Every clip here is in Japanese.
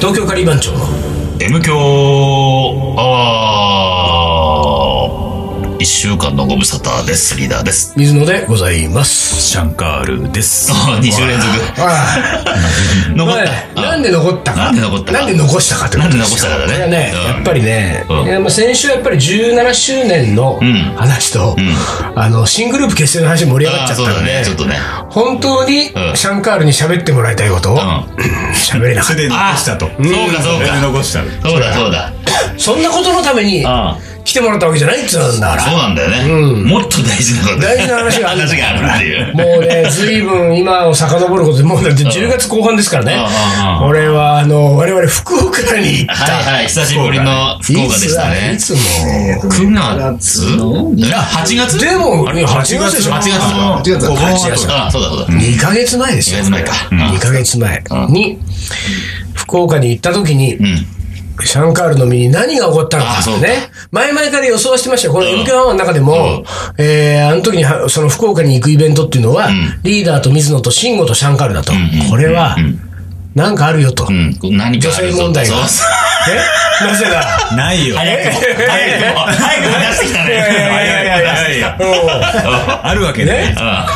東京カリー番長の M 強アワー一週間のご無沙汰です。リーダーです。水野でございます。シャ ンカールです。あ2週連続。あ 残っあた。なんで残ったか。なんで残ったかなんで残したかってことですよなんで残したかだねこれはね、うんやっぱりね、ういんやまあ先週はやっぱり17周年のん話と、あの、新グループ結成の話盛り上がっちゃっそうただんでね。、ちょっとね。本当にんシャンカールに喋ってもらいたいことを喋、れなかすっでに残したと。あそうかそうかすでに残したと。そうだそうだ。た。そんなことのためにあ来てもらったわけじゃないっつうんだからそう。なんだよね。もっと大事なこと。大事な話がある話があるっていう。もう ね、ずいぶん今を遡ることで、もうだって10月後半ですからねうんうん。うん俺は、あの、我々福岡に行っはいた。はい、久しぶりの福岡でしたねい。つだいつも。 9月いや ?8 月でも、いや8月でしょ。 8月あか。違う違う8月あ、そうだそうだ。 2ヶ月前です2よ。月前か。 2ヶ月前に、福岡に行った時にう、ん。シャンカールの身に何が起こったのかあそうかね。前々から予想はしてましたよ。このうん MK1 の中でも、えーあの時には、その福岡に行くイベントっていうのは、んリーダーと水野と慎吾とシャンカールだと。これは、なんかあるよと。うんうん。何か女ある性ぞ問題が。そうそうえ なぜだな いよ。早くも、早くも、早く出してきたね。早いよ。あるわけね。うん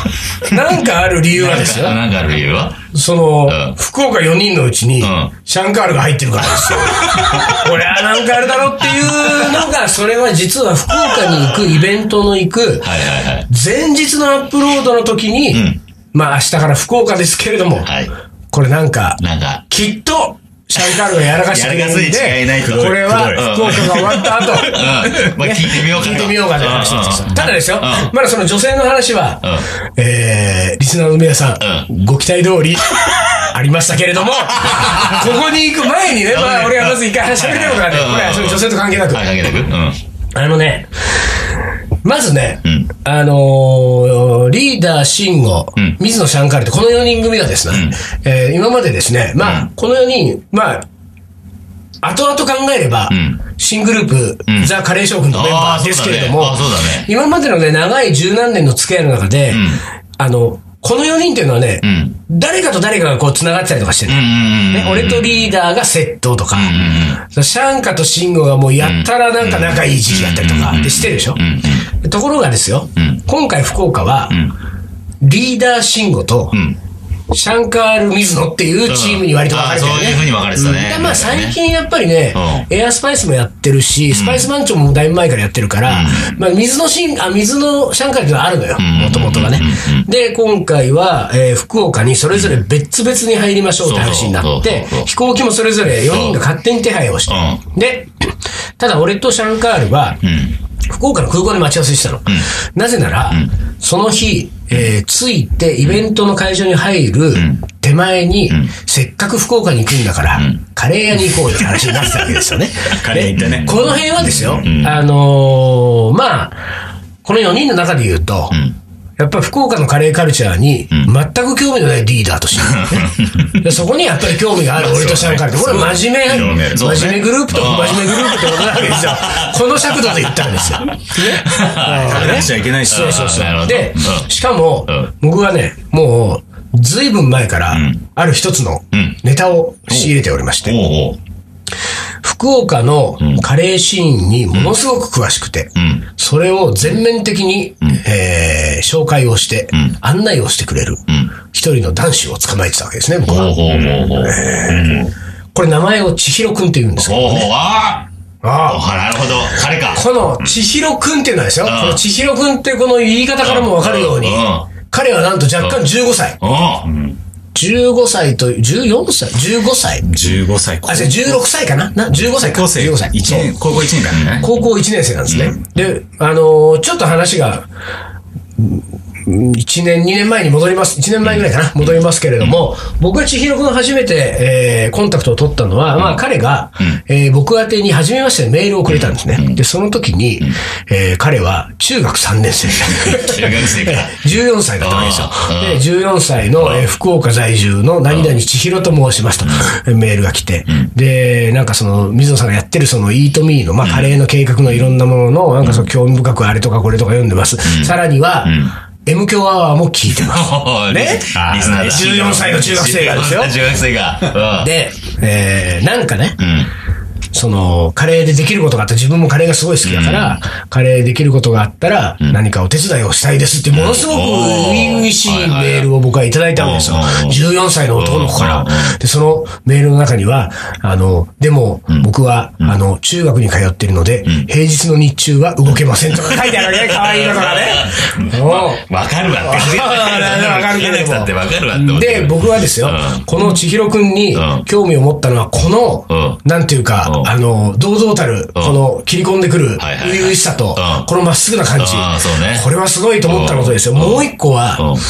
なんかある理由はですよ。なんかある理由はその、うん福岡4人のうちに、んシャンカールが入ってるからですよ。これはなんかあるだろうっていうのが、それは実は福岡に行くイベントの行く、はいはいはい。前日のアップロードの時に、んまあ明日から福岡ですけれども、はい。これなんか、なんか、きっと、シャンカールがやらかしてくれるんやらかすに違いないで、とこれは黒い福岡が終わった後、うん。まあ聞いてみよう聞かと。いてみようかという話なんですよただですよ、うまだその女性の話は、えー、リスナーの皆さん、ご期待通り、ありましたけれど も、ここに行く前にね、まあ俺がまず一回話しかけてるからね、うんうんこれはその女性と関係なくは、い、かけてくうん。あのね、まずね、んあのーリーダー、慎吾、ん水野シャンカールって、この4人組がですね、えー今までですね、まあ、この4人、まあ、後々考えれば、ん新グループ、んザ・カレー将軍のメンバあーーですけれども、そうだねあーそうだね今までのね、長い十何年の付き合いの中で、んあの、この4人っていうのはね、ん誰かと誰かがこう繋がってたりとかしてる、うんうんねうん。俺とリーダーが窃盗とか、シャンカとシンゴがもうやったらなんか仲いい時期だったりとかってしてるでしょ、ところがですよ、今回福岡は、リーダーシンゴと、シャンカール・ミズノっていうチームに割と分かれてるね、うんあーそういうふうに分かれてたねうんだからまあ最近やっぱりね、うエアスパイスもやってるし、スパイス番長もだいぶ前からやってるから、まあ水のシン、あ、水のシャンカールっていうのはあるのよ、もともとがね。で、今回は、えー福岡にそれぞれ別々に入りましょうって話になっそうてそうそうそう、飛行機もそれぞれ4人が勝手に手配をして、で、ただ俺とシャンカールは、福岡の空港で待ち合わせしてたの。なぜなら、その日、えー着いてイベントの会場に入る手前に、せっかく福岡に行くんだから、カレー屋に行こうよって話になってたわけですよね。 カレー行ったねでこの辺はですよ、あのーまあ、この4人の中で言うと、やっぱり福岡のカレーカルチャーに全く興味のないリーダーとして、 ねでそこにやっぱり興味がある俺とシャンカールって、これは真面目、そうね真面目グループとうん真面目グループってことなわけです よ。この尺度で言ったんですよ。ね。食べなくちゃいけないし。そうそうそなるほう。どでう、んしかもん、僕はね、もう、ずいぶん前から、ある一つのんネタを仕入れておりまして、おうおう。福岡のカレーシーンにものすごく詳しくて、んそれを全面的に、えー紹介をして、案内をしてくれる、一人の男子を捕まえてたわけですね、僕おうおうは。おうおう。これ名前を千尋くんって言うんですけど、おうおう。ああああ。あなるほど。彼か。この千尋くんっていうのはですよ、んこの千尋くんっていうこの言い方からもわかるようにうん、彼はなんと若干15歳。おう。 15歳と、14歳 ?15 歳15歳。あ、違う、16歳かなな ?15 歳か。高校生。 15歳。一年、高校1年からね。高校1年生なんですね。で、あのーちょっと話が、1年、2年前に戻ります。1年前ぐらいかな、戻りますけれども、僕が千尋君初めて、えーコンタクトを取ったのは、まあ彼が、えー僕宛てに初めましてメールをくれたんですね。で、その時に、えー彼は中学3年生。 中学生か。 14歳だったわけですよ。で、14歳の、えー福岡在住の何々千尋と申しますと、メールが来て、で、なんかその、水野さんがやってるその、イートミーの、まあ、カレーの計画のいろんなものの、なんかその、興味深くあれとかこれとか読んでます。さらには、M 強アワーも聞いてます。おうおうねリスナーだ。 14歳の中学生がですよ中学生が。うんで、えー、なんかね、うん。その、カレーでできることがあった、自分もカレーがすごい好きだから、カレーできることがあったら、何かお手伝いをしたいですって、ものすごくうん初々しいはいはいメールを僕はいただいたんですようん。 14歳の男の子からう。で、そのメールの中には、あの、でも、僕は、あの、中学に通ってるので、平日の日中は動けませんとか書いてあるわけね、 可愛いのとかね。 おう わかるわって。わかるけれども聞かなくたってわかるわって思ってるで、僕はですよ、うんこの千尋くんにうん興味を持ったのは、この、うんなんていうか、うんあの、堂々たる、この切り込んでくるはいはいはい初々しさと、うんこのまっすぐな感じ、あーそうねこれはすごいと思ったことですよ。もう一個は、うん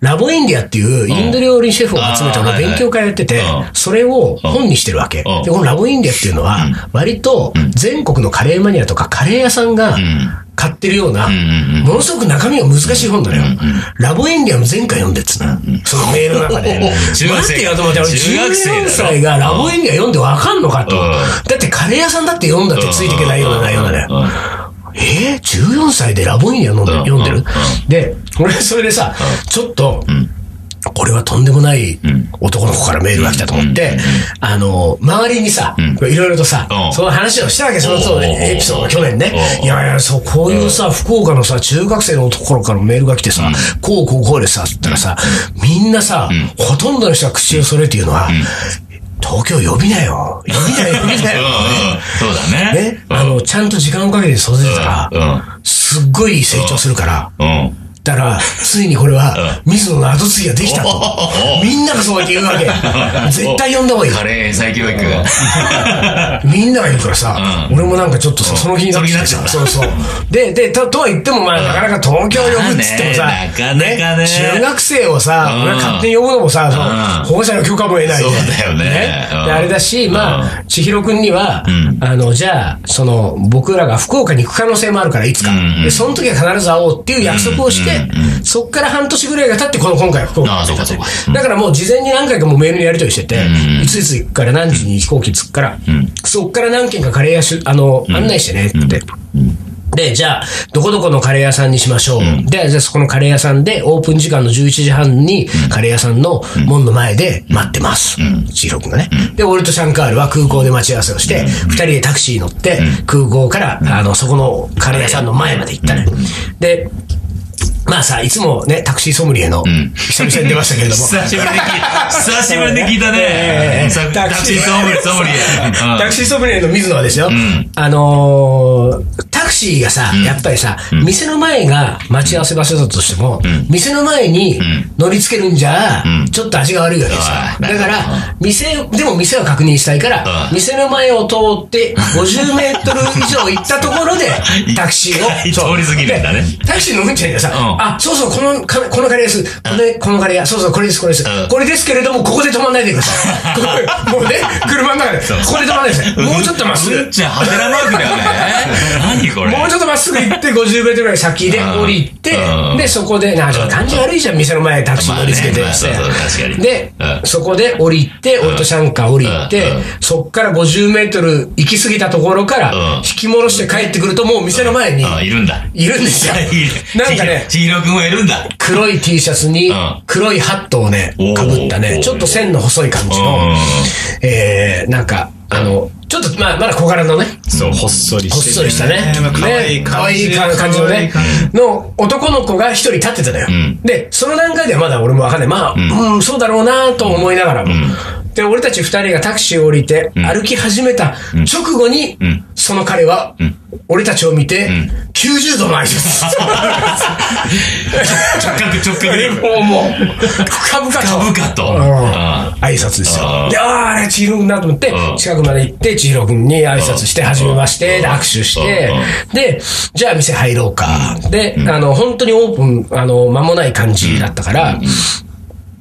ラボインディアっていうインド料理シェフを集めたあーのはいはい勉強会やっててうん、それを本にしてるわけ。で、うんこのラボインディアっていうのは、割と全国のカレーマニアとかカレー屋さんが買ってるような、うんうんうんものすごく中身が難しい本だよ。ラボインディアも前回読んでっつうの。そのメールの中で。中学生待ってよと思って、俺中学生だ14な歳がラボインディア読んでわかんのかと。うんだってカレー屋さんだって読んだってついていけないような内容だね。うんえー、14歳でラボインディア飲んでうん読んでうるんで、俺それでさ、ちょっと、これはとんでもない男の子からメールが来たと思って、あの、周りにさ、いろいろとさう、んその話をしたわけ、そのそうおうおうおうエピソード、去年ねお。ういやいや、そう、こういうさ、福岡のさ、中学生の男からメールが来てさ、こうこうこうでさ、つったらさ、みんなさ、ほとんどの人が口を揃えて言うのは、東京呼びなよ。呼びなよ、呼びなよ。そうだね。 ね、あの、ちゃんと時間をかけて育てたら、すっごい成長するから、うん。うん。だから、ついにこれは、水野の後継ぎができたと。みんながそうやって言う わけ。絶対呼んだ方がいい。カレー英才教育。みんなが言うからさ、うん俺もなんかちょっとさ、その気になってきてさそそうそう。で、で、ととは言っても、まあ、なかなか東京呼ぶっつってもさ、まあねなかなかね中学生をさ、うん俺は勝手に呼ぶのもさ、そのうん保護者の許可も得ないで。そうだよねうんであれだし、まあ、千尋くんには、あの、じゃあ、その、僕らが福岡に行く可能性もあるから、いつか。うんうんで、その時は必ず会おうっていう約束をして、そっから半年ぐらいが経って、この今回は福岡に行あっあ、たそうかそうか。だからもう事前に何回かもうメールにやり取りしてて、うんいついつ行くから何時に飛行機着くから、そっから何軒かカレー屋しゅあの、案内してねって。で、じゃあ、どこどこのカレー屋さんにしましょう。で、じゃあそこのカレー屋さんで、オープン時間の11時半に、カレー屋さんの門の前で待ってます。千尋君がね。で、俺とシャンカールは空港で待ち合わせをして、二人でタクシー乗って、空港から、あの、そこのカレー屋さんの前まで行ったね。で、まあさ、いつもね、タクシーソムリエの、久々に出ましたけれども。久しぶりに聞いた。久しぶりに聞いたえねえ。さタタククシシーーソムリエ、ソムリエ。うんタクシーソムリエの水野はですよ、んあのータクシーがさ、やっぱりさ、店の前が待ち合わせ場所だとしても、店の前に乗り付けるんじゃ、ちょっと味が悪いわけですよあ。あだかなるほら、店、でも店は確認したいから、うん店の前を通 って50メートル以上行ったところで、タクシーを。一回通り過ぎるんだねでタクシーのうんちゃんがさ、んあ、そうそう、このカ、このカレーです。これ、このカレー屋。そうそう、これです、これです。うんこれですけれども、ここで止まんないでくだ さい。ここもうね、車の中で、ここで止まんないでくださ い。もうちょっとまっすぐ。うんちゃん、ハテナマークだよね。何これ。もうちょっとまっすぐ行って、50メートルぐらい先でうん降りてう、んで、そこで、なんか感じ悪いじゃん、店の前タクシー乗りつけてまあねまあそうそう確かにでうん、そこで降りて、俺とシャンカー降りてうんうん、そっから50メートル行き過ぎたところからうん、引き戻して帰ってくると、もう店の前に、あいるんだ。。いるんですよなんかね、ちひろくんはいるんだ。黒い T シャツにうん黒いハットをね、おーかぶったね、ちょっと線の細い感じのうん、えー、なんか、あの、ちょっと、まあ、まだ小柄のね、そう、ほっそりほっして、そりしたね。かわいいね可愛い感じ。感じのね。の男の子が一人立ってたのよん。で、その段階ではまだ俺もわかんない。まあ、うん、そうだろうなと思いながらも。で、俺たち二人がタクシーを降りて、歩き始めた直後に、その彼は、俺たちを見て、90度の挨拶。直角、直角で。もう、もう、深々と。 株価と。うんあ挨拶ですうよ。んで、ああ、あれ、千尋君だと思ってう、ん近くまで行って、千尋君に挨拶して、はじめまして、で握手して、で、じゃあ店入ろうか。で、あの、本当にオープン、あの、間もない感じだったから、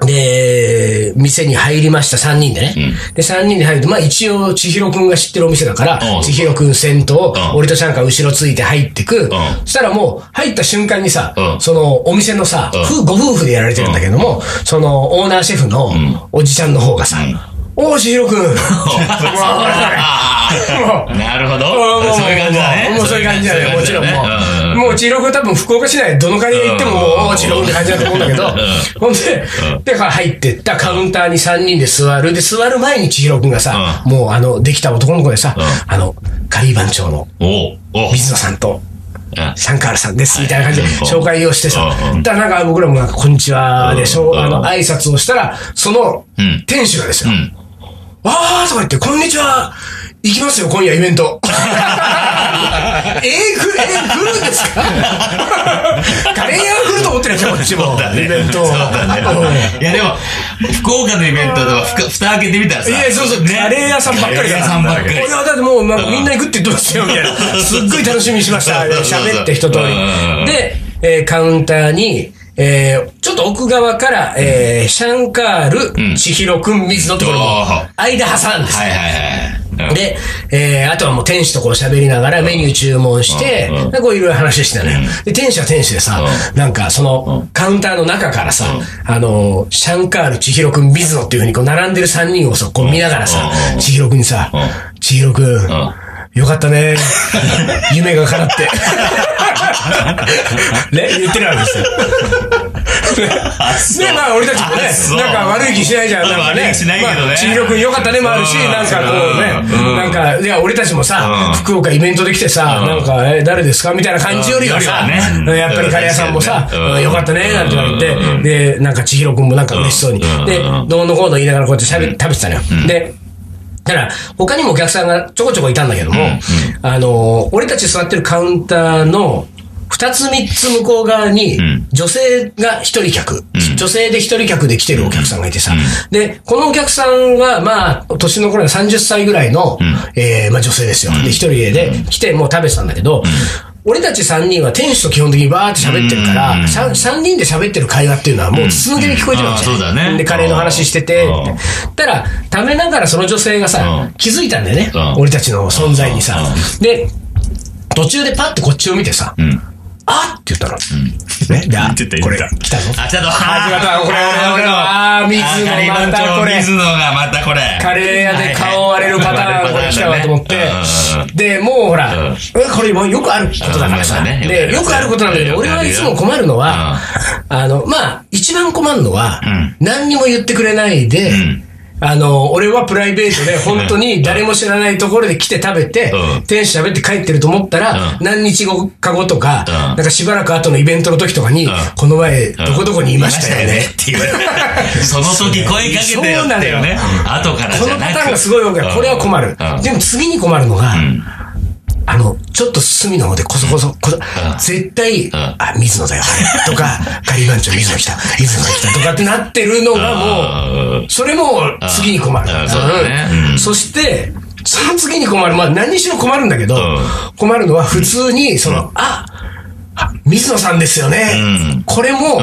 で、店に入りました、3人でね。で、3人で入ると、まあ一応、千尋くんが知ってるお店だからう、ん千尋くん先頭う、ん俺とシャンカー後ろついて入ってく。そしたらもう、入った瞬間にさう、んそのお店のさ、夫ご夫婦でやられてるんだけども、そのオーナーシェフのおじちゃんの方がさ、おー、千 尋くんもうあ。もうなるほどもうもう。そういう感じだね。もうそういう感じだね。もちろんもう。うんもう千尋君多分福岡市内どの会に行っても、うんおー千尋君って感じだと思うんだけど、ほんで、で、入ってったカウンターに3人で座る。で、座る前に千尋君がさ、もうあの、できた男の子でさ、うあの、カリー番長のおうおう水野さんと、あシャンカールさんです、みたいな感じではい紹介をしてさう、んだからなんか僕らもなんか、こんにちはでしょ、うんあの、挨拶をしたら、そのうん、店主がですよ、うん。わーとか言って、こんにちは行きますよ、今夜イベント。 えー、く、えー、来るんです かカレー屋が来ると思ってるんですよ、こっちも。イベントを。そうだね。いや、でも、福岡のイベントでは、ふか蓋開けてみたらうんさ。いや、そうそう、ねカレー屋さんばっかりカレーだ屋さんばっかり。俺はだってもう、なんかみんな行くって言ってますよ、みたいな。 すっごい楽しみにしました。そうそうそう喋って一通りうん。で、えーカウンターに、えーちょっと奥側から、えーシャンカール、ん千尋くん、水野ってこれもおー、間挟んではいはいはい。で、えーあとはもう店主とこう喋りながらメニュー注文してうんうん、でこういろいろ話してたのよ。で、店主は店主でさ、なんかそのカウンターの中からさ、あのー、シャンカール、千尋くん、水野っていうふうにこう並んでる3人をさ、こう見ながらさう、ん千尋くんにさ、千尋くん、よかったね。夢が叶って。ね、言ってるわけ ですよ。そうね、まあ俺たちもねあそう、なんか悪い気しないじゃん、なんかね。悪い気しないけどねまあ千尋くんよかったねもあるし、うんなんかこううね、んなんか、いや、俺たちもさう、ん福岡イベントで来てさ、うんなんか、え、誰ですかみたいな感じよりはさ、うんうんやっぱりカレー屋さんもさ、うんうんよかったね、なんて言わうれて、で、なんか千尋くんもなんか嬉しそうにうん、でう、どうのこうの言いながらこうやって喋って食べてたのよ。で、だから、他にもお客さんがちょこちょこいたんだけども、あのー、俺たち座ってるカウンターの、二つ三つ向こう側にん、女性が一人客、女性で一人客で来てるお客さんがいてさ、で、このお客さんは、まあ、年の頃は30歳ぐらいの、えーまあ女性ですよ。で、一人で来て、もう食べてたんだけど、俺たち三人は店主と基本的にバーって喋ってるから、三三人で喋ってる会話っていうのはもう筒抜けに聞こえてるわけじゃんうんあーそうだねで、カレーの話してて、うんみたいなたら、食べながらその女性がうさん、気づいたんだよねう。ん俺たちの存在にさ。で、途中でパッてこっちを見てさ、あっって言ったの。ね、で、あ 言ってた言ってたこれ、来たぞ。あ、来たぞ。あ来たぞこれあ俺のあー水野あカリー番長またこれ水野がまたこれ。カレー屋で顔を割れるパターン、これ来たわと思ってうんうんうん。で、もうほらうん、えこれもうよくあることだからうさ。んまあねで、よよくくああるることなんだけど、よく俺あるはよいつも困るのは、あの、まあ、一番困るのは、何にも言ってくれないでん、あの、俺はプライベー トで本当に誰も知らないところで来て食べてうん、店主喋って帰ってると思ったら、う何日後か後とか、うんなんかしばらく後のイベントの時とかに、この前、どこどこにいましたよね。って言われて。その時声かけてよっていうね。後からこじのゃなパくターンがすごい多くて、これは困るうんう。んでも次に困るのがん、あの、ちょっと隅の方でこそこそ、こそ絶対、あ、水野だよ、あれとか、ガリバンチョ、水野来た、水野が来たとかってなってるのがもうう、んそれも次に困るうんそうだね。ううんんそして、その次に困る、まあ何にしろ困るんだけどん、困るのは普通に、その、あ、あ水野さんですよね。うんこれも、こ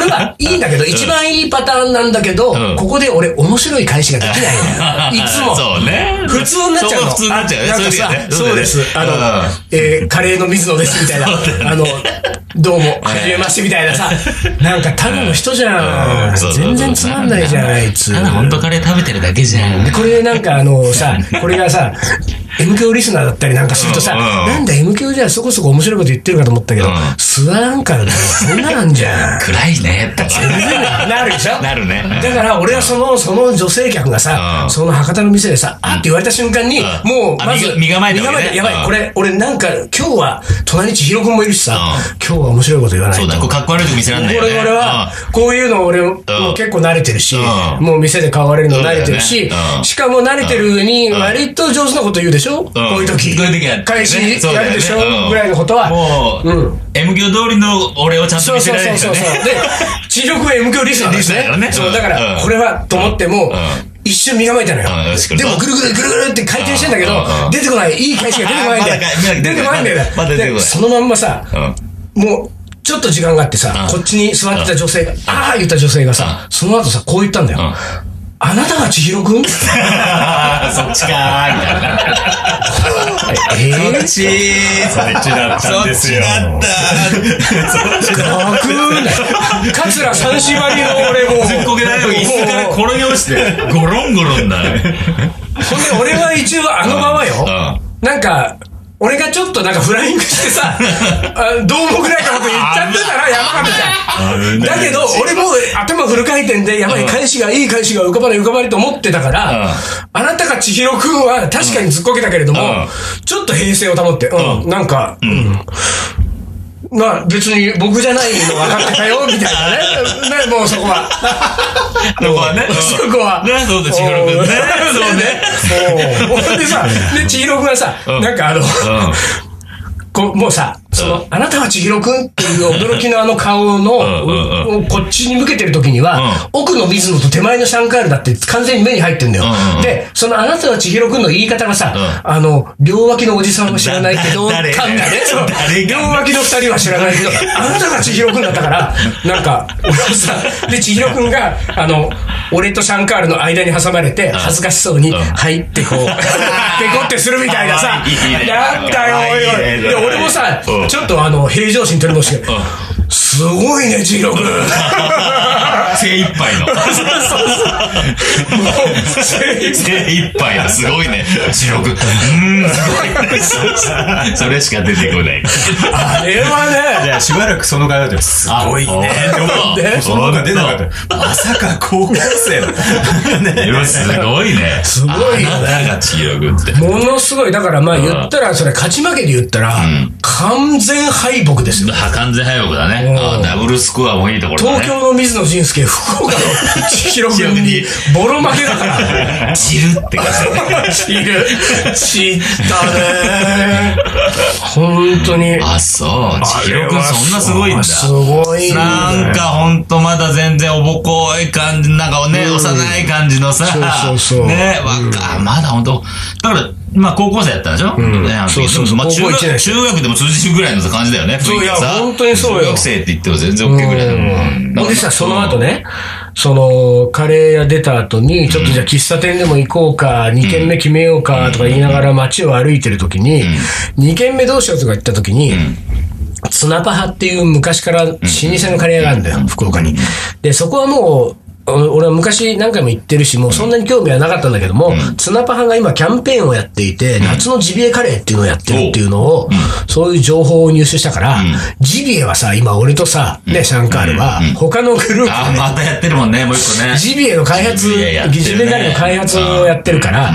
れはいいんだけど、一番いいパターンなんだけど、うんここで俺面白い返しができないの よ。いつも。そうね。普通になっちゃうの。そこ普通になっちゃうねあなんかそうだよさね、そうですそう。だあよねの、えーカレーの水野ですみたいな。あの、どうも、はじめましてみたいなさ、なんかただの人じゃん。そうそうそう全然つまんないじゃん、あいつ。ただ本当カレー食べてるだけじゃんで、。これなんかあのさ、これがさ、M 教リスナーだったりなんかするとさ、うんうんうんなんだ M 教じゃそこそこ面白いこと言ってるかと思ったけどうん、スワンからだよ。そんななんじゃん。暗 いね、とか。なるでしょなるね。だから俺はその、その女性客がさ、うんその博多の店でさ、あって言われた瞬間に、うんもう、あまず、身構えてるわけね身やばうい、んこれ、俺なんか、今日は、隣に千尋くんもいるしさう、今日は面白いこと言わないそうと。だ、こう、かっこ悪いとこ見せらんないよね。俺俺は、こういうの俺、もう結構慣れてるし、うんもう店で買われるの慣れてるそうしだよねう、んしかも慣れてる上に、割と上手なこと言うでしょこういう時。こういう時やってね返しそうやだよるでねしょうんぐらいのことは、もう、うん M 教通りの俺をちゃんとそう見せそうられるそようそうそう。 ね。で、知力は M 教リスナーですリスナーねだよ。ねそうう、んだから、うんこれはと思っても、ん一瞬身構えたのようんよし。来るでぞも、ぐるぐるぐるぐるって回転してんだけどうんう、ん出てこない、いい返しが出てこないんだよあまだか。出てこないんだよまだ出てこないでそのまんまさ、うん もう、ちょっと時間があってさ、うんこっちに座ってた女性が、ああ言った女性がさ、その後さ、こう言ったんだよ。あなたが千 尋くんああ、そっちかー、みたいな。ええそっちー、そっちだったんですそっちよだった。そっちだっガクーン桂三四割の俺もう。た。こけられる椅子からもう転げ落ちて、ゴロンゴロンだね。ほんで、俺は一応あのままよ。うなんか、俺がちょっとなんかフライングしてさ、あどうもぐらいかなこと言っちゃってたら山上さん。だけど、俺もう頭フル回転で、やばい、返しが、いい返しが浮かばない浮かばないと思ってたから、うんあなたか千尋くんは確かにずっこけたけれども、うんちょっと平静を保って、うん、うんなんか、うんまあ別に僕じゃないの分かってたよ、みたいなね。ね、もうそこは。そこはね。そこは。ね、 そうです、千尋君ね。そうね。ね。そう。ほんでさ、で、千尋くんがさ、うんなんかあの、うん。こうもうさ、その、あなたは千尋くんっていう驚きのあの顔の、んうんをこっちに向けてる時には、奥の水野と手前のシャンカールだって完全に目に入ってんだよ。うんうんで、そのあなたは千尋くんの言い方がさ、うあの、両脇のおじさんは知らないけど、だだ誰感がね、その誰が両脇の二人は知らない けど、あなたが千尋くんだったから、なんか、俺はさ、で、千尋くんが、あの、俺とシャンカールの間に挟まれて、恥ずかしそうに、うんはいってこう、ペ コってするみたいなさかわいい、ねやったよ、おいおい。で、俺もさ、うんちょっとあの、平常心取り戻して、すごいね、千尋く ん。 精一杯の。そうそうそう。精一杯だ。すごいね。千尋君。うーん、すごいね。それしか出てこない。あれはじね、ゃあしばらくその顔だったよ。すごいね。でそのが出なかった。まさか高校生の。ねでもすごいね。すごいよねあなたが千尋君って。ものすごい、だからまあ言ったら、それ勝ち負けで言ったら、完全敗北ですよ。は完全敗北だね。うんあダブルスコアもいいところだね。 東京の水野仁介、福岡の千尋君 にボロ負けだ から。散るって感じだね。知る。知ったね。 本当に。あ、そう。千尋くんそんなすごいんだ。すごいねなんかほんとまだ全然おぼこい感じ、なんかね、幼い感じのさ、そうそうそうね、わか、まだほんと、だから、まあ高校生やったんでしょねあの時そうそうでもまあ高校中一年学、生中学でも通じるぐらいの感じだよね、そう雰囲気がさいやほんとにそうよ中学生って言っても全然 OK ぐらいだもん。ほんでさ、その後ね、その、カレー屋出た後に、ちょっとじゃあ喫茶店でも行こうか、2軒目決めようか、とか言いながら街を歩いてる時に、2軒目どうしようとか言った時に、ツナパハっていう昔から老舗のカレー屋があるんだよ、福岡に。で、そこはもう、あの俺は昔何回も行ってるし、もうそんなに興味はなかったんだけども、ツナパハが今キャンペーンをやっていて、夏のジビエカレーっていうのをやってるっていうのを、そういう情報を入手したから、ジビエはさ、今俺とさ、ね、シャンカールは、他のグループあでねまたやってるもんね、もう一個ね。ジビエの開発、ジビエやってるねジビエカレーの開発をやってるから、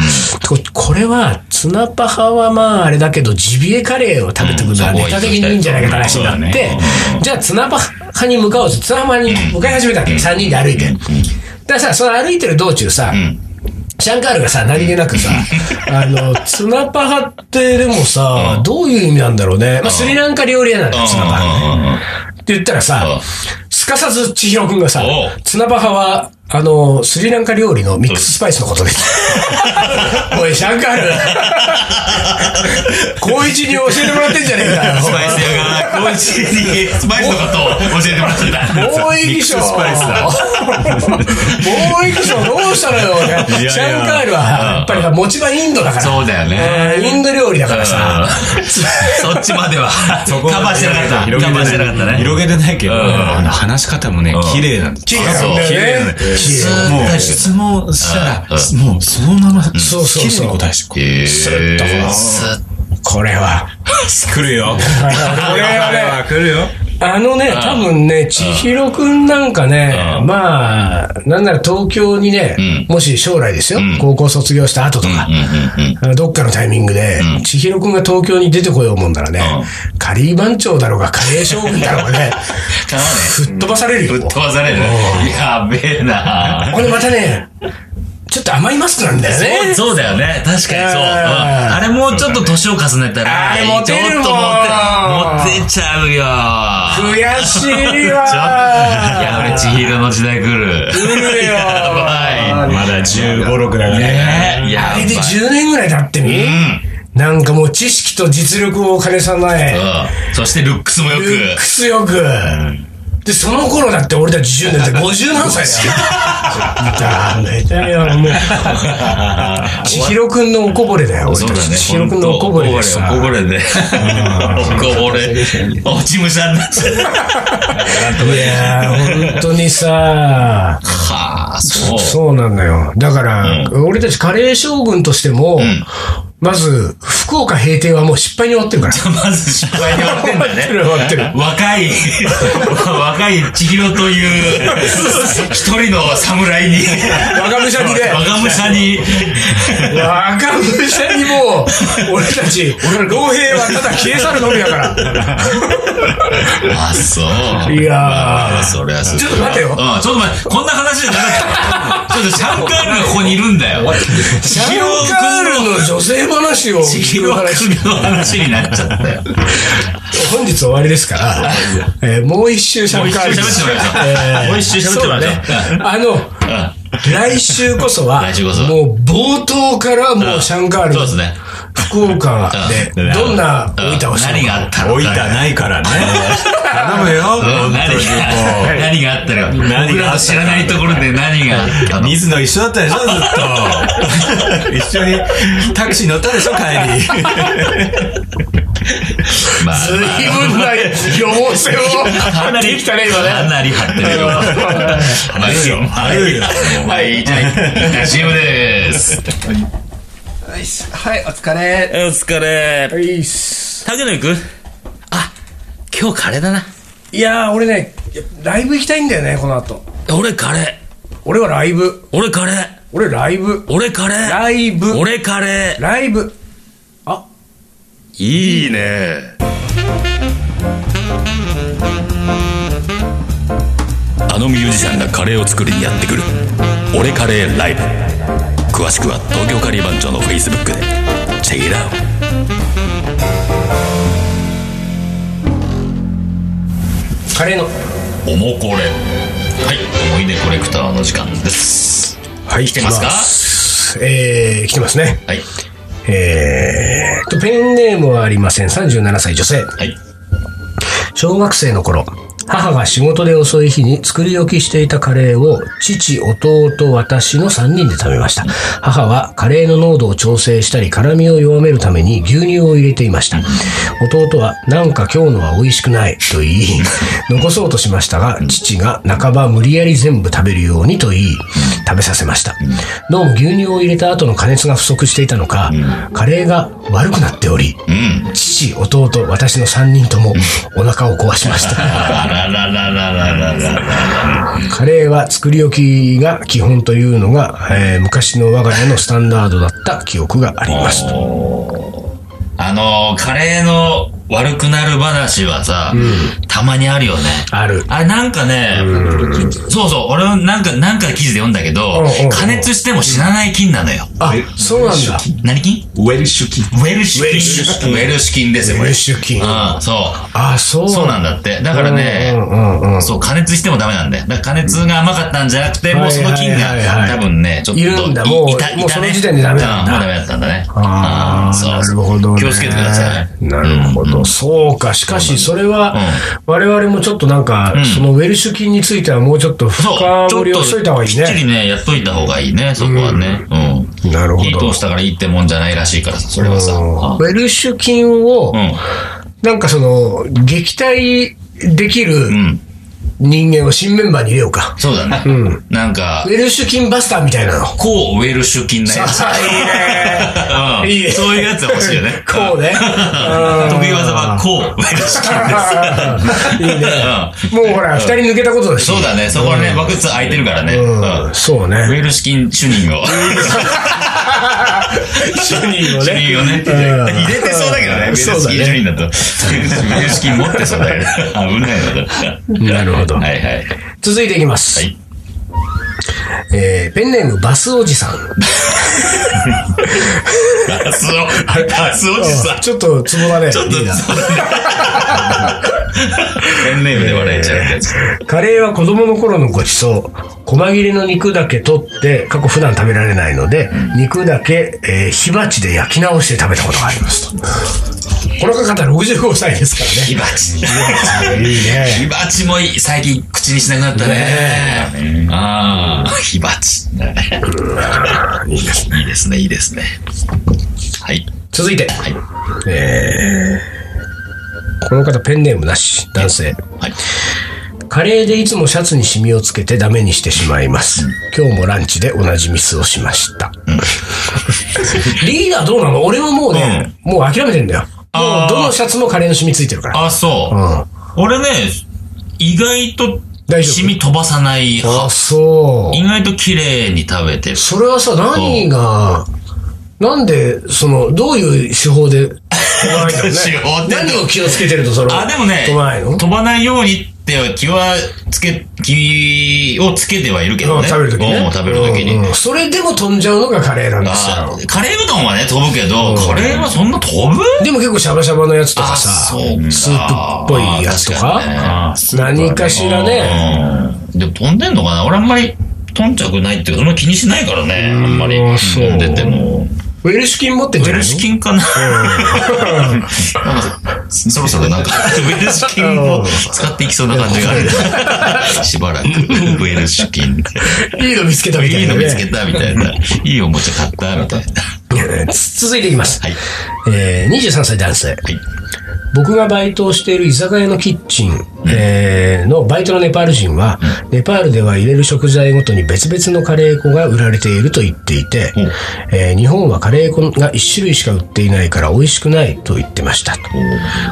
ここれは、ツナパハはまああれだけど、ジビエカレーを食べてくるのはうんネタ的にいいんじゃないかって話になそうっだてね、じゃあツナパハに向かおうと、ツナパハに向かい始めたわけ、3人で歩いて。だからさ、その歩いてる道中さ、シャンカールがさ、何気な くさ、あの、ツナパハってでもさ、どういう意味なんだろうね。まあ、スリランカ料理屋なんだよ、ツナパハ。うんうんうんうんって言ったらさう、すかさず千尋くんがさおう、ツナパハは、あの、スリランカ料理のミックススパイスのこと です。おい、シャンカール。高一に教えてもらってんじゃねえかよ。スパイス屋が、高一にスパイスのことを教えてもらってた。貿易商。ミックススパイスだ貿易商どうしたのよ。いやシャンカールは、やっぱりさ持ち場インドだから。そうだよね。うんインド料理だからさ。そっちまでは、そこカバーしてなかった。カ広げバーしててなかないったね。広げてないけど、うんあの話し方もね、綺麗なんです。綺麗なんそうだよね。綺麗綺麗もう質問したら、もうそのまま、綺そうそう麗に答えしてくる。スッとこれ は。来るよ。これはね。来るよ。あのね、多分ね、千尋くんなんかね、まあ、なんなら東京にね、もし将来ですよ、高校卒業した後とか、あのどっかのタイミングで、千尋くんが東京に出てこようもんならね、カリー番長だろうが、カレー将軍だろうが ね、たまね。吹っ飛ばされるよ。ぶっ飛ばされる。やべえなほんでまたね、ちょっと甘いマスクなんだよね。そうだよね。確かにそう。うんあーあれもうちょっと年を重ねたら、あれちょモっとテ持っるもんて、持ってっちゃうよ。悔しいちょいや、わ俺、千尋の時代来る。来るよやばい。まだ15、6だからね。ねえ、やばあい。れで10年ぐらい経ってみ、うん。なんかもう知識と実力を兼ね備え、うんそしてルックスもよく。ルックスよく。で、その頃だって俺たち10年って50何歳だよ。ダメだよ、もう。千尋くんのおこぼれだよ、俺そうただねち。。千尋くんのおこぼれでさ。おこぼれで。おこぼれ。落ち武者になっちゃう。いやー、本当にさ、はあ、そう。そうなんだよ。だから、俺たちカレー将軍としても、まず、福岡平定はもう失敗に終わってるから。 まず失敗に終わってんだね。終わってる終わって若い、 若い千尋という、一人の侍に、若武者にね、若武者に、若武者にもう、 俺たち、老兵はただ消え去るのみだから。あ、そう。いやーまあそりゃそうちょっと待てようん、ちょっと待って、こんな話じゃなかった。ちょっとシャンカールがここにいるんだよ。シシャンカールの女性話を千聞尋くの話、話になっちゃったよ。本日終わりですから、えーもう一周シャンカールもう一周喋ってもらいましょうえーもう一周喋ってもらいましょうそうだねあの、来週こそは来週こそ、はもう冒頭からもうシャンカール そうですね。福岡うで、どんな老いたをしたの何か。があったの置いたないからね。頼むよ。うん何が本当にもう何があったの何があったの僕らの知らないところで何があったの水野一緒だったでしょ、ずっと。一緒にタクシー乗ったでしょ、帰り。まあ随分な予防線を張ってきたね、今かね。なり張ってるよ。まあいいよ。悪いよはい、じゃあ、一旦 CM でーす。はい、お疲れ。お疲れ。いっす。竹野行くあ、今日カレーだな。いやー、俺ね、ライブ行きたいんだよね、この後。俺カレ俺はライブー。。俺カレー。俺ライブ。俺カレー。ライブ。俺カレライブ。ー。いいね。あのミュージシャンがカレーを作りにやってくる「俺カレーライブ」詳しくは東京カリー番長のフェイスブックでチェイラーカレーの。おもこれ。はい、思い出コレクターの時間です。はい、来てますかえー、来てますね。はい、えーと、ペンネームはありません。37歳女性。はい。小学生の頃、母が仕事で遅い日に作り置きしていたカレーを父、弟、私の3人で食べました。母はカレーの濃度を調整したり辛味を弱めるために牛乳を入れていました。弟はなんか今日のは美味しくないと言い、残そうとしましたが、父が半ば無理やり全部食べるようにと言い、食べさせました。どうも牛乳を入れた後の加熱が不足していたのか、カレーが悪くなっており、うん。父、弟、私の3人ともお腹を壊しました。あらららららららカレーは作り置きが基本というのが、えー昔の我が家のスタンダードだった記憶があります。あのー、カレーの悪くなる話はさ、たまにあるよね。ある。あれなんかね、そうそう、俺はなんか、なんか記事で読んだけどうんうんうん、加熱しても死なない菌なのよ。あ、そうなんだ。何菌ウェルシュキ。ウェルシュ菌。ウェルシュ菌ですよ、こフレれッ。シュ菌。うん、そう。あ、そうそうなんんだって。だからうね、んうんうん。そう、加熱してもダメなんだよ。だから加熱が甘かったんじゃなくて、んもうその菌はいはいはいがはい多分ね、ちょっといいるんだもうたいもうそたのね時点でダメなんだうんもうダメだったんだね。あうんあ、そうなるほど、ね。気をつけてください。なるほど。そうか。しかし、それは、我々もちょっとなんか、そのウェルシュ菌についてはもうちょっとそう。深掘りをしといた方がいいちょっときっちね。りね、やっといた方がいいね、そこはね。うん。なるほ火ど通。したからいいってもんじゃないらしいからさ、それはさ。うんうウェルシュ菌を、ん。なんかその、撃退できるうん。人間を新メンバーに入れようか。そうだね。んなんかウ、ェルシュ菌バスターみたいなの。こうウェルシュ菌 なやつ。あうんいいね。いいね。そういうやつ欲しいよね こうね。うん得意技はこうウェルシュ 菌です。いいねうんもうほら、二人抜けたことだし。そうだね、そこはね、爆裂空いてるからね。うんうん。そうウね。ェルシュ菌主任を。 主任を主任をね。うん入れてそうだけどね、ウェルシそうだュ菌主ね。任だ と。ウェルシュ菌持ってそうだけど。危ないのだ。なるほど。はいはい。続いていきます。はいえーペンネームバスおじさん。バスを、バスおじさん。ちょっとツボだね。ちょっと、いいなペンネームで笑えちゃうやつ。カレーは子供の頃のごちそう。細切れの肉だけ取って、過去普段食べられないので、肉だけ、えー火鉢で焼き直して食べたことがありますと。この方65歳ですから火ね。鉢。いいね。火鉢もいい最近口にしなくなったね。ああ、火鉢。いいですね。いいですね、いいですね。はい。続いて、はい。えーこの方ペンネームなし、男性。はい。カレーでいつもシャツにシミをつけてダメにしてしまいます。今日もランチで同じミスをしま した。リーダーどうなの俺はもうね、もう諦めてんだよ。もあうーどのシャツもカレーのシミついてるから。あ、そうう。ん。俺ね、意外と大、丈夫シミ飛ばさないあ、派。そ意外と綺麗に食べてるう。。それはさ、何が、なんで、その、どういう手法 で、ないんだろう手法ね、って何を気をつけてると、それあ、でもね、飛ばないの飛ばないようにっては気はつけ、気をつけてはいるけどうんね。食べるときね。うん食べるときに。うんうんそれでも飛んじゃうのがカレーなんですあよ。カレーうどんはね、飛ぶけど、カレーはそんな飛ぶでも結構シャバシャバのやつとかさ、スあそうーかプっぽいやつとあ確かか、何かしらね、うん。でも飛んでんのかな俺あんまり飛んちゃくないっていうか、そんな気にしないからね。あんまりうんそう飛んでても。ウェルシュ菌持ってんウじェゃないルのシュ菌かな なんかそろそろなん か、ウェルシュ菌を使っていきそうな感じがある。しばらく、ウェルシュ菌で。いいの見つけたみたいいいな、のね。見つけたみたいな。いいおもちゃ買ったみたいな。つ 続いていきます。はい。えー、23歳男性。い僕がバイトをしている居酒屋のキッチン、えーのバイトのネパール人は、ネパールでは入れる食材ごとに別々のカレー粉が売られていると言っていて、えー日本はカレー粉が1種類しか売っていないから美味しくないと言ってましたと。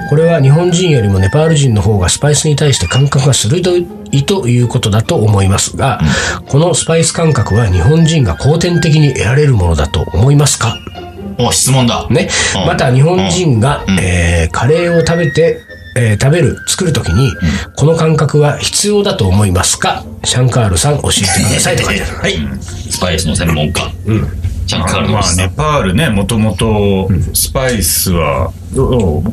これは日本人よりもネパール人の方がスパイスに対して感覚が鋭いということだと思いますが、このスパイス感覚は日本人が後天的に得られるものだと思いますかお、質問だ。ねうん、また日本人が、えーカレーを食べて、えー食べる、作るときに、この感覚は必要だと思いますかシャンカールさん教えてくださいとか言ってるはい。スパイスの専門家。ちゃんとあるのまあ、ネパールね、もともとスパイスは、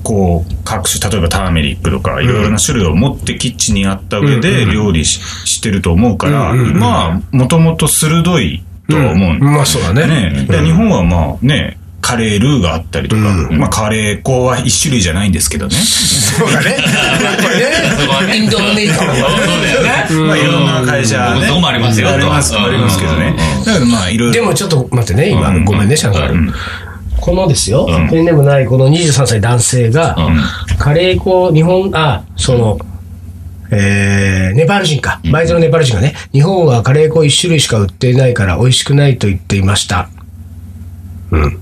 こう、各種、例えばターメリックとか、いろいろな種類を持ってキッチンにあった上で料理ししてると思うから、まあ、もともと鋭いとは思うんだよねまあそうだね。ね、で日本はまあね、カレールーがあったりとか、まあカレー粉は一種類じゃないんですけどね。そうだね。やっ ぱりね、インドのメーカーそうはだよね。まあいろんな会社、ね、どこもありますよあります、ありますけどね。だからまあいろいでろ。もちょっと待ってね、今、ごめんね、シャンカール。このですよ、ペンネームないこの23歳男性が、カレー粉を日本、あ、その、えー、ネパール人か。バイトのネパール人がね、日本はカレー粉1種類しか売っていないから美味しくないと言っていました。うん。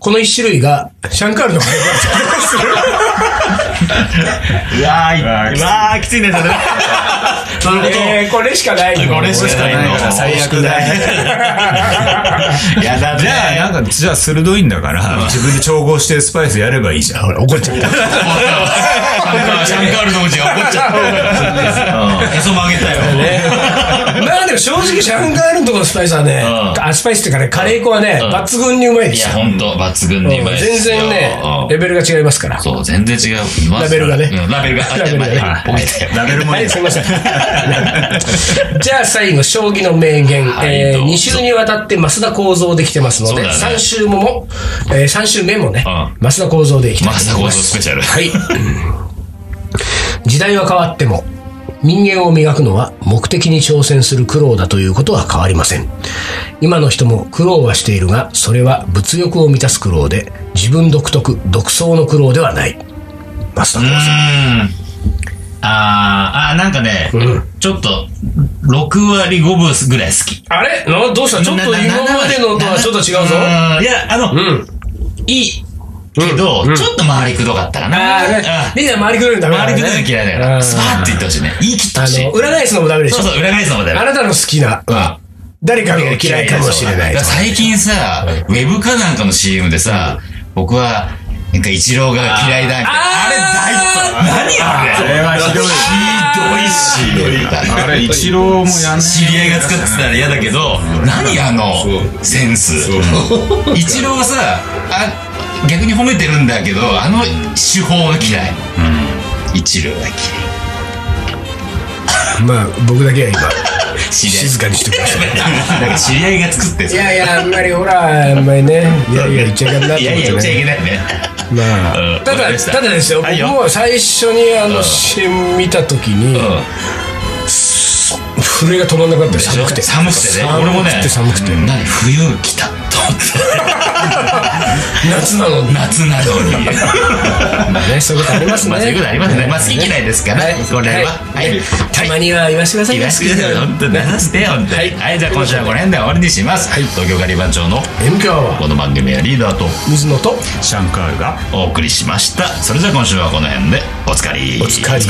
この1種類が、シャンカールのカレー うわー、ーきついうわー、きついね、それ。粉。えー、これしかないのこれしかないの。最悪だ。やだね。じゃ あ、なんか、じゃあ鋭いんだから、自分で調合してスパイスやればいいじゃん。ほら、怒っちゃった。シャンカールのうちが怒っちゃった。うんへそ曲げたよ。 まあでも正直シャンガールのとこのスパイスはね、うんあスパイスっていうかね、カレー粉はね、うん抜群にうまいでいすや、よ。ほんと、抜群にうまいで全すよ。然ねうん、レベルが違いますから。そう、全然違う。ラベルがねうんラベルが。あラベルがねやばいポケットラベルもはいいい、いすみま せん。じゃあ最後、将棋の名言。はいえどうぞ2週にわたって増田構造できてますのそうで、だね3週もも、え3週目もね、う増田構造でいきたいマとスター思いま構造スすペ。シャル。はい。時代は変わっても、人間を磨くのは目的に挑戦する苦労だということは変わりません。今の人も苦労はしているが、それは物欲を満たす苦労で、自分独特、独創の苦労ではない。マスターうーんあーあー、なんかね、ちょっと、6割5分ぐらい好き。あれなどうしたちょっと今までのとはちょっと違うぞ。んいや、あの、うん。いいけど、ちょっと回りくどかったかな。ああ、うんリーダー周りくどいのダメだ回ね。りくどいの嫌いだかうんら、スパーって言ってほしいね。言い切ってあほしいの、。裏返すのもダメでしそうょ。そう、裏返すのもダメあ。なたの好きな、うん誰かの嫌いかもしれないだから。最近さ、ウェブかなんかの CM でさ、僕は、なんか、一郎が嫌いだみたいな。あーあれ大好き、何あれそれはひどいひどいし。あれ、一郎もやんない。知り合いが作ってたら嫌だけど、何あの、センス。一郎はさ、あ、逆に褒めてるんだけど、あの手法が嫌い。一郎が嫌い。まあ、僕だけは今、知り合い。静かにしてください。なんか知り合 いが作っていさ。やいや、あんまりほら、あんまりね、いやいや、言っちゃいかんなとい思っやいやて言っちゃいね。けないね。まあ、うんたわかりだ、ましたただですよ、はいよ僕も最初にあの CM 見たときに、震えが止まんなかったよ寒くて。寒くてね。寒俺もねくて、寒くて。何冬来たと夏なのに。夏なのに。まあね、そういうことありますね。まあそういうことありますねまあ好き嫌いですからはいこれははいはいたまには言わしてくださいね。言わせてください本当に話してよ本当にはいはいじゃあ今週はこの辺で終わりにします東京ガリバン長の M 強アワーこの番組はリーダーと水野とシャンカールがお送りしましたそれじゃあ今週はこの辺でおつかりお疲れ。